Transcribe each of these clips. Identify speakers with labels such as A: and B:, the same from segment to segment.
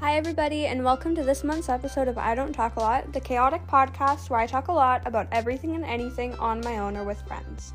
A: Hi, everybody, and welcome to this month's episode of I Don't Talk a Lot, the chaotic podcast where I talk a lot about everything and anything on my own or with friends.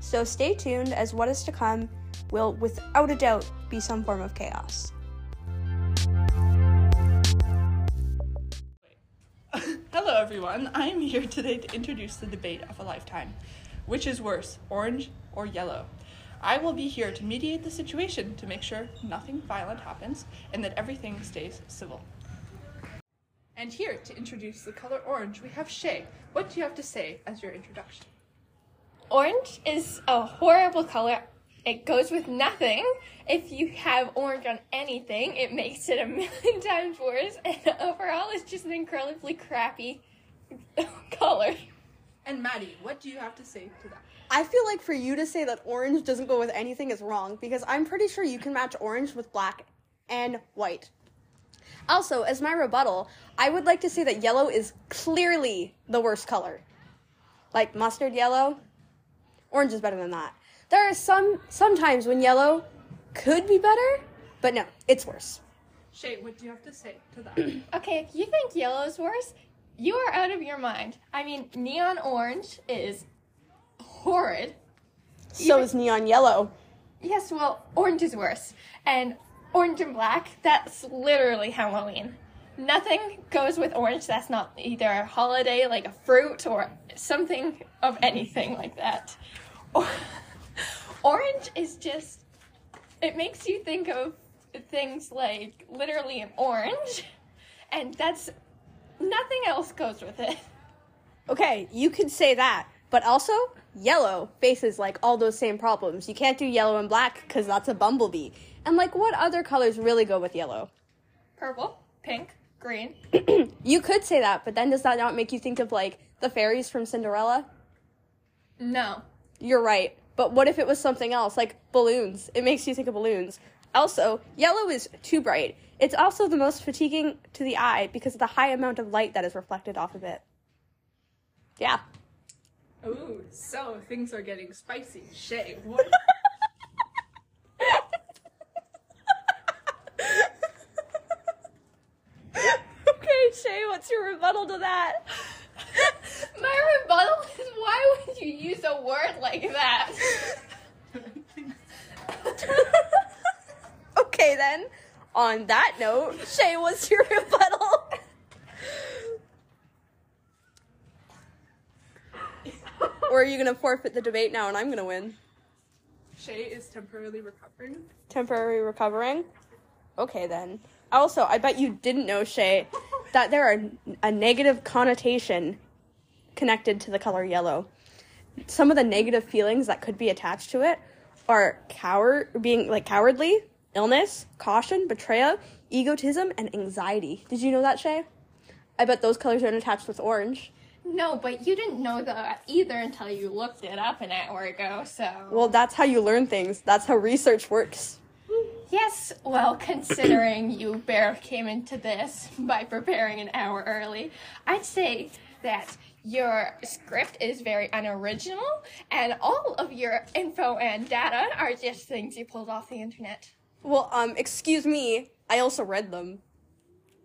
A: So stay tuned, as what is to come will, without a doubt, be some form of chaos.
B: Hello, everyone. I am here today to introduce the debate of a lifetime. Which is worse, orange or yellow? I will be here to mediate the situation to make sure nothing violent happens and that everything stays civil. And here to introduce the color orange, we have Shay. What do you have to say as your introduction?
C: Orange is a horrible color. It goes with nothing. If you have orange on anything, it makes it a million times worse. And overall, it's just an incredibly crappy color.
B: And Maddie, what do you have to say to that?
D: I feel like for you to say that orange doesn't go with anything is wrong because I'm pretty sure you can match orange with black and white. Also, as my rebuttal, I would like to say that yellow is clearly the worst color. Like mustard yellow, orange is better than that. There are some sometimes when yellow could be better, but no, it's worse.
B: Shay, what do you have to say to that?
C: Okay, if you think yellow is worse, you are out of your mind. I mean, neon orange is horrid.
D: So is neon yellow.
C: Yes, well, orange is worse. And orange and black, that's literally Halloween. Nothing goes with orange that's not either a holiday, like a fruit, or something of anything like that. Or- orange is just, it makes you think of things like literally an orange, and that's nothing else goes with it.
D: Okay, you could say that, but also yellow faces like all those same problems. You can't do yellow and black because that's a bumblebee. And like, what other colors really go with yellow?
C: Purple, pink, green.
D: You could say that, but then does that not make you think of like the fairies from Cinderella?
C: No,
D: You're right, but what if it was something else, like balloons? It makes you think of balloons. Also, yellow is too bright. It's also the most fatiguing to the eye because of the high amount of light that is reflected off of it. Yeah.
B: Ooh, so things are getting spicy. Shay, what?
D: okay, Shay, what's your rebuttal to that?
C: My rebuttal is why would you use a word like that?
D: okay, then. On that note, Shay, what's your rebuttal? or are you gonna forfeit the debate now and I'm gonna win?
B: Shay is temporarily recovering.
D: Temporary recovering? Okay, then. Also, I bet you didn't know, Shay, that there are a negative connotation connected to the color yellow. Some of the negative feelings that could be attached to it are coward, being like cowardly, illness, caution, betrayal, egotism, and anxiety. Did you know that, Shay? I bet those colors aren't attached with orange.
C: No, but you didn't know that either until you looked it up an hour ago, so.
D: Well, that's how you learn things. That's how research works.
C: yes, well, considering you bare came into this by preparing an hour early, I'd say that your script is very unoriginal, and all of your info and data are just things you pulled off the internet.
D: Well, um, excuse me. I also read them.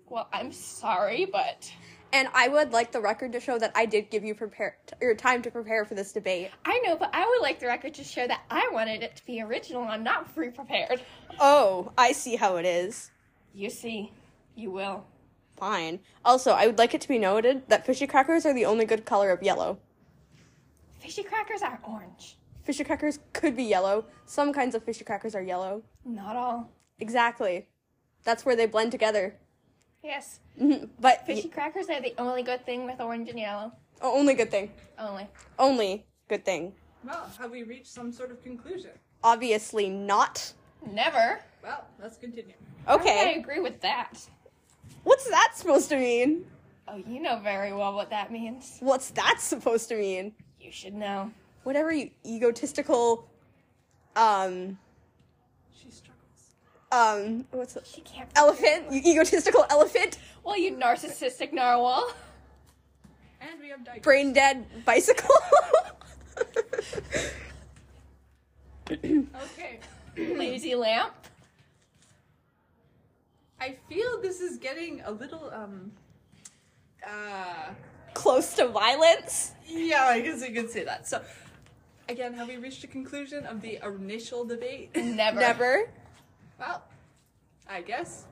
C: Well, I'm sorry, but.
D: And I would like the record to show that I did give you prepare t- your time to prepare for this debate.
C: I know, but I would like the record to show that I wanted it to be original. I'm not free prepared.
D: Oh, I see how it is.
C: You see, you will.
D: Fine. Also, I would like it to be noted that fishy crackers are the only good color of yellow.
C: Fishy crackers are orange.
D: Fishy crackers could be yellow. Some kinds of fishy crackers are yellow.
C: Not all.
D: Exactly. That's where they blend together. Mm-hmm.
C: Yes,
D: But y-
C: fishy crackers are the only good thing with orange and yellow.
D: only good thing.
C: Only.
D: Only good thing.
B: Well, have we reached some sort of conclusion?
D: Obviously not.
C: Never.
B: Well, let's continue.
C: I
D: Okay.
C: agree with that.
D: What's that supposed to mean?
C: Oh, you know very well what that means.
D: What's that supposed to mean?
C: You should know.
D: Whatever you egotistical um
B: She struggles.
D: um what's the
C: She can't.
D: elephant
E: e-,
D: you egotistical elephant
C: Well, you narcissistic narwhal.
B: And we have digressed.
D: brain dead bicycle
B: Okay.
C: Lazy lamp.
B: I feel this is getting a little um uh
E: Close to violence.
B: yeah, I guess you could say that. So again, have we reached a conclusion of the initial debate?
C: Never.
E: Never.
B: well, I guess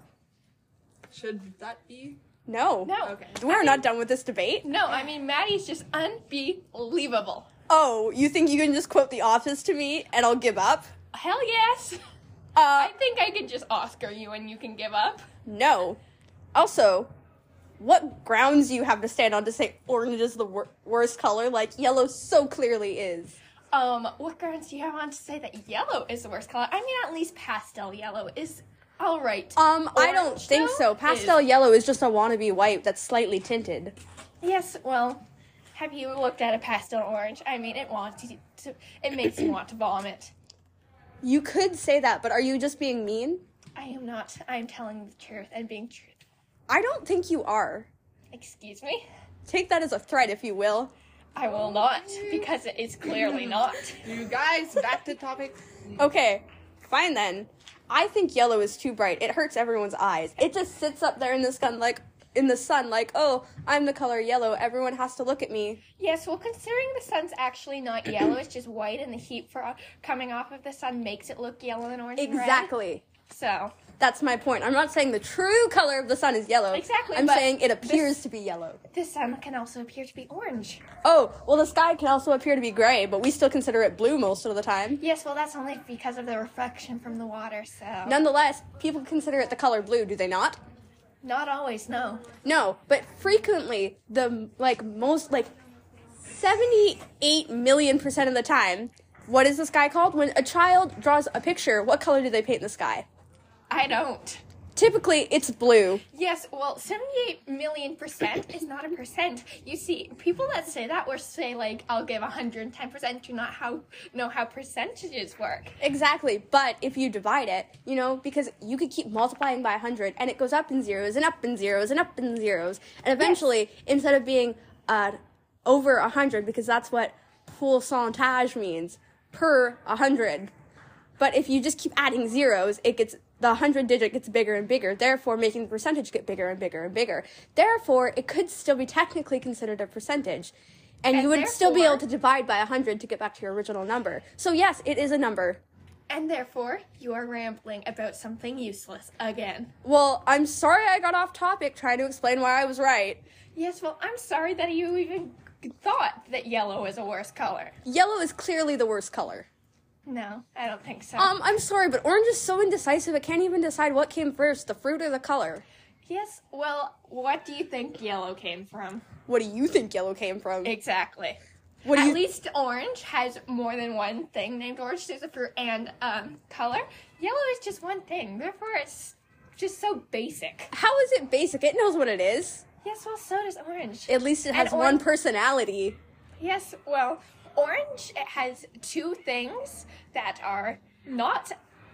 B: should that be
E: No.
C: No.
B: okay.
E: We're not done with this debate.
C: No, I mean Maddie's just unbelievable.
E: Oh, you think you can just quote The Office to me and I'll give up?
C: Hell yes.
E: Uh,
C: I think I could just Oscar you and you can give up.
E: no. Also, what grounds do you have to stand on to say orange is the wor- worst color? Like, yellow so clearly is.
C: Um, what grounds do you have on to say that yellow is the worst color? I mean, at least pastel yellow is all right.
E: Um, I don't
C: Orange,
E: think
C: though,
E: so. Pastel
C: is-
E: yellow is just a wannabe white that's slightly tinted.
C: Yes, well, have you looked at a pastel orange? I mean, it wants you to, it makes you want to vomit.
E: You could say that, but are you just being mean?
C: I am not. I am telling the truth and being truthful.
E: I don't think you are.
C: Excuse me.
E: Take that as a threat, if you will.
C: I will not because it is clearly not.
B: You guys back to topic.
E: Okay, fine then. I think yellow is too bright. It hurts everyone's eyes. It just sits up there in the sun, like in the sun, like oh, I'm the color yellow. Everyone has to look at me.
C: Yes, well, considering the sun's actually not yellow, it's just white, and the heat for uh, coming off of the sun makes it look yellow and orange. and red.
E: Exactly.
C: So
E: That's my point. I'm not saying the true color of the sun is yellow.
C: Exactly,
E: I'm
C: but
E: saying it appears
C: this-
E: to be yellow.
C: the sun can also appear to be orange.
E: Oh, well, the sky can also appear to be gray, but we still consider it blue most of the time.
C: Yes, well, that's only because of the reflection from the water. So
E: Nonetheless, people consider it the color blue, do they not?
C: not always. No.
E: No, but frequently the like most like 78 million percent of the time, what is the sky called? When a child draws a picture, what color do they paint the sky?
C: I don't.
E: Typically, it's blue.
C: Yes, well, 78 million percent is not a percent. You see, people that say that or say, like, I'll give 110% do not how, know how percentages work.
E: Exactly, but if you divide it, you know, because you could keep multiplying by 100 and it goes up in zeros and up in zeros and up in zeros, and eventually, instead of being uh, over 100, because that's what pourcentage means, per 100, but if you just keep adding zeros, it gets the 100 digit gets bigger and bigger, therefore making the percentage get bigger and bigger and bigger. Therefore, it could still be technically considered a percentage. And,
C: And
E: you would still be able to
C: therefore-
E: divide by 100 to get back to your original number. So, yes, it is a number.
C: And therefore, you are rambling about something useless again.
E: Well, I'm sorry I got off topic trying to explain why I was right.
C: Yes, well, I'm sorry that you even thought that yellow was a worse color.
E: Yellow is clearly the worst color.
C: No, I don't think so.
E: Um, I'm sorry, but orange is so indecisive it can't even decide what came first, the fruit or the color.
C: yes, well, what do you think yellow came from?
E: What do you think yellow came from?
C: Exactly.
E: What do
C: At
E: you
C: least orange has more than one thing named orange. There's a fruit and um, color. Yellow is just one thing. Therefore, it's just so basic.
E: How is it basic? It knows what it is.
C: Yes, well, so does orange.
E: At least it
C: And
E: has one
C: orange-
E: personality.
C: yes, well, orange it has two things that are not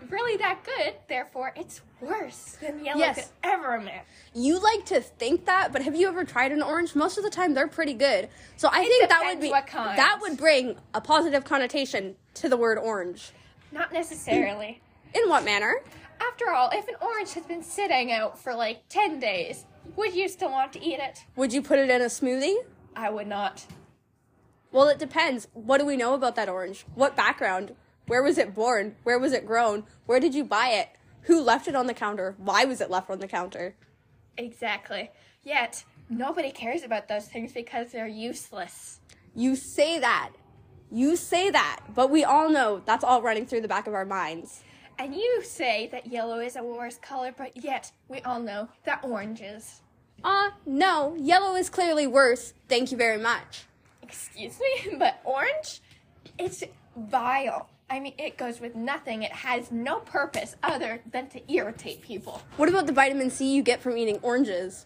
C: really that good. Therefore, it's worse than yellow
E: Yes.
C: could ever imagine.
E: You like to think that, but have you ever tried an orange? Most of the time they're pretty good. So I think that would
C: depends
E: be
C: what kind.
E: that would bring a positive connotation to the word orange.
C: Not necessarily.
E: In what manner?
C: After all, if an orange has been sitting out for like 10 days, would you still want to eat it?
E: Would you put it in a smoothie?
C: I would not.
E: Well, it depends. What do we know about that orange? What background? Where was it born? Where was it grown? Where did you buy it? Who left it on the counter? Why was it left on the counter?
C: Exactly. Yet, nobody cares about those things because they're useless.
E: You say that. You say that. But we all know that's all running through the back of our minds.
C: And you say that yellow is a worse color, but yet we all know that orange is.
E: Uh, no, yellow is clearly worse. Thank you very much.
C: Excuse me, but orange? It's vile. I mean, it goes with nothing. It has no purpose other than to irritate people.
E: What about the vitamin C you get from eating oranges?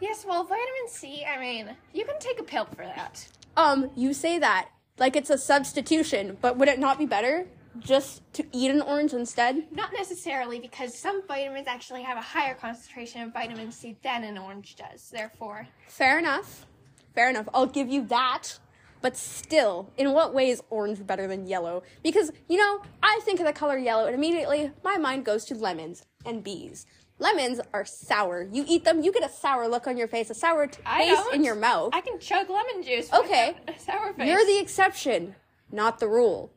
C: Yes, well, vitamin C, I mean, you can take a pill for that.
E: Um, you say that like it's a substitution, but would it not be better just to eat an orange instead?
C: Not necessarily, because some vitamins actually have a higher concentration of vitamin C than an orange does. Therefore,
E: Fair enough. Fair enough. I'll give you that. But still, in what way is orange better than yellow? Because, you know, I think of the color yellow and immediately my mind goes to lemons and bees. Lemons are sour. You eat them, you get a sour look on your face, a sour taste
C: I don't.
E: in your mouth.
C: I can chug lemon juice.
E: Okay.
C: without a Sour face.
E: You're the exception, not the rule.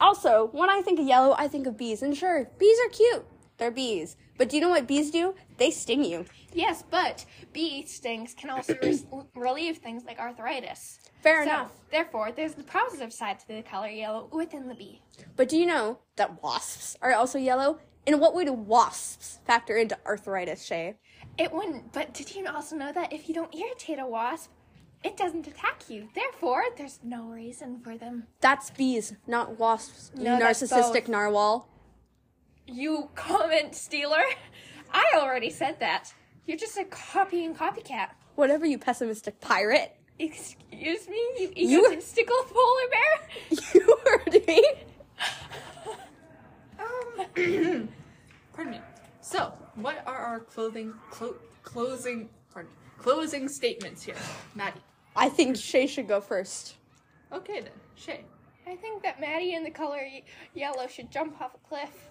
E: Also, when I think of yellow, I think of bees. And sure, bees are cute. They're bees. But do you know what bees do? They sting you.
C: yes, but bee stings can also res- relieve things like arthritis.
E: Fair
C: so,
E: enough.
C: Therefore, there's the positive side to the color yellow within the bee.
E: But do you know that wasps are also yellow? And what way do wasps factor into arthritis, Shay?
C: It wouldn't. But did you also know that if you don't irritate a wasp, it doesn't attack you. Therefore, there's no reason for them.
E: That's bees, not wasps, you
C: No, that's
E: narcissistic
C: both.
E: narwhal.
C: You comment stealer. I already said that. You're just a copying copycat.
E: Whatever, you pessimistic pirate.
C: Excuse me, you
E: You-
C: egotistical polar bear.
E: You heard me.
B: Um, pardon me. So, what are our clothing clo- closing pardon me, closing statements here, Maddie?
E: I think Shay should go first.
B: Okay then, Shay.
C: I think that Maddie in the color ye- yellow should jump off a cliff.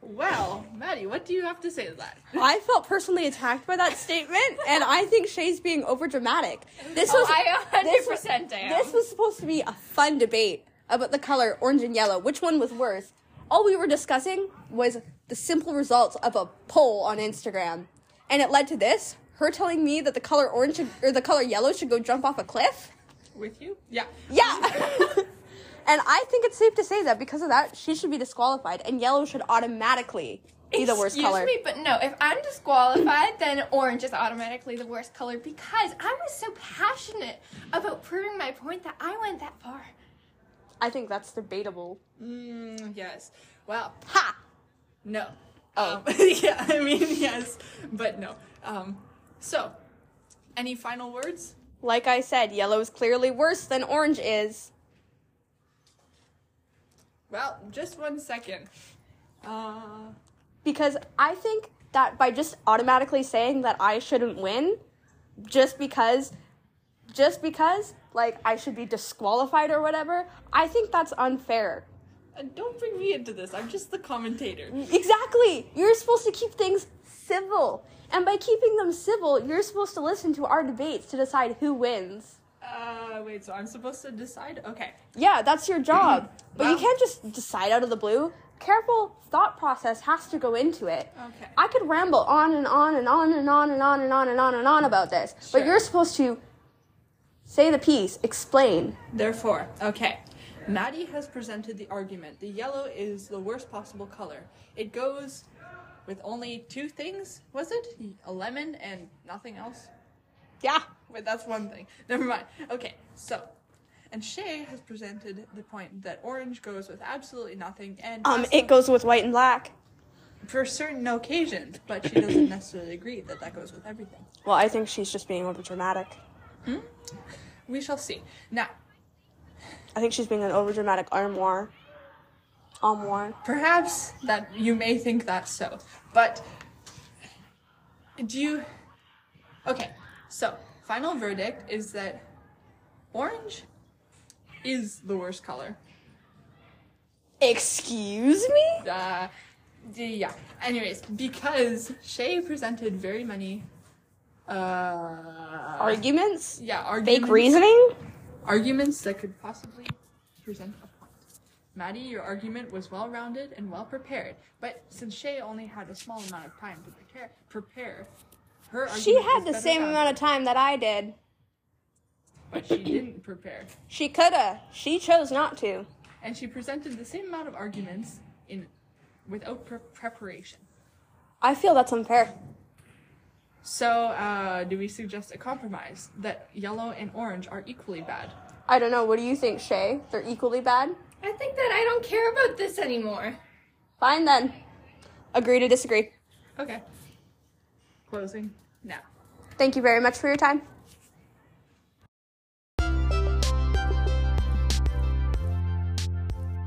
B: Well, Maddie, what do you have to say to that?
E: I felt personally attacked by that statement, and I think Shay's being overdramatic. This
C: Oh,
E: was
C: I
E: this was-
C: 100% am.
E: This was supposed to be a fun debate about the color orange and yellow, which one was worse. All we were discussing was the simple results of a poll on Instagram, and it led to this: her telling me that the color orange should, or the color yellow should go jump off a cliff.
B: With you? Yeah.
E: Yeah. and I think it's safe to say that because of that, she should be disqualified, and yellow should automatically be the worst
C: Excuse
E: color.
C: me, but no, if I'm disqualified, then orange is automatically the worst color because I was so passionate about proving my point that I went that far.
E: I think that's debatable.
B: Mm, yes. Well,
E: Ha!
B: no. Oh. yeah. I mean, yes, but no. Um. So, any final words?
E: Like I said, yellow is clearly worse than orange is.
B: Well, just one second. Uh.
E: because I think that by just automatically saying that I shouldn't win, just because, just because, like I should be disqualified or whatever, I think that's unfair.
B: And don't bring me into this. I'm just the commentator.
E: Exactly. You're supposed to keep things civil, and by keeping them civil, you're supposed to listen to our debates to decide who wins.
B: Uh, wait. So I'm supposed to decide? Okay.
E: Yeah, that's your job. But you
B: Wow.
E: can't just decide out of the blue. Careful thought process has to go into it.
B: Okay.
E: I could ramble on and on and on and on and on and on and on and on about this.
B: Sure.
E: But you're supposed to say the piece, explain.
B: Therefore, okay. Maddie has presented the argument. The yellow is the worst possible color. It goes with only two things, was it? A lemon and nothing else? Yeah. Wait, that's one thing. Never mind. Okay, so. And Shay has presented the point that orange goes with absolutely nothing and
E: Um,
B: has
E: it goes with white and black.
B: for certain occasions, but she doesn't necessarily agree that that goes with everything.
E: Well, I think she's just being overdramatic.
B: We shall see. Now,
E: I think she's being an overdramatic armoire. Armoire.
B: perhaps that you may think that's so but do you okay so final verdict is that orange is the worst color
E: Excuse me?
B: uh, d- yeah anyways because shay presented very many uh
E: Arguments?
B: yeah
E: Fake
B: arguments,
E: reasoning?
B: arguments that could possibly present a point maddie your argument was well rounded and well prepared but since shay only had a small amount of time to prepare prepare her
E: She
B: argument
E: had
B: was
E: the
B: better
E: same
B: rounded,
E: amount of time that I did.
B: but she didn't prepare
E: She coulda. She chose not to.
B: and she presented the same amount of arguments in without pre- preparation
E: I feel that's unfair.
B: so uh, do we suggest a compromise that yellow and orange are equally bad
E: I don't know. What do you think, Shay? They're equally bad?
C: I think that I don't care about this anymore.
E: Fine then. Agree to disagree.
B: okay closing now
E: Thank you very much for your time.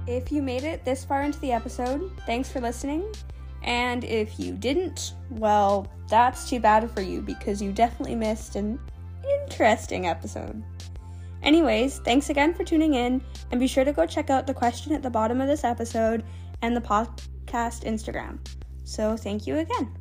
D: If you made it this far into the episode, thanks for listening. And if you didn't, well, that's too bad for you because you definitely missed an interesting episode. Anyways, thanks again for tuning in, and be sure to go check out the question at the bottom of this episode and the podcast Instagram. So, thank you again.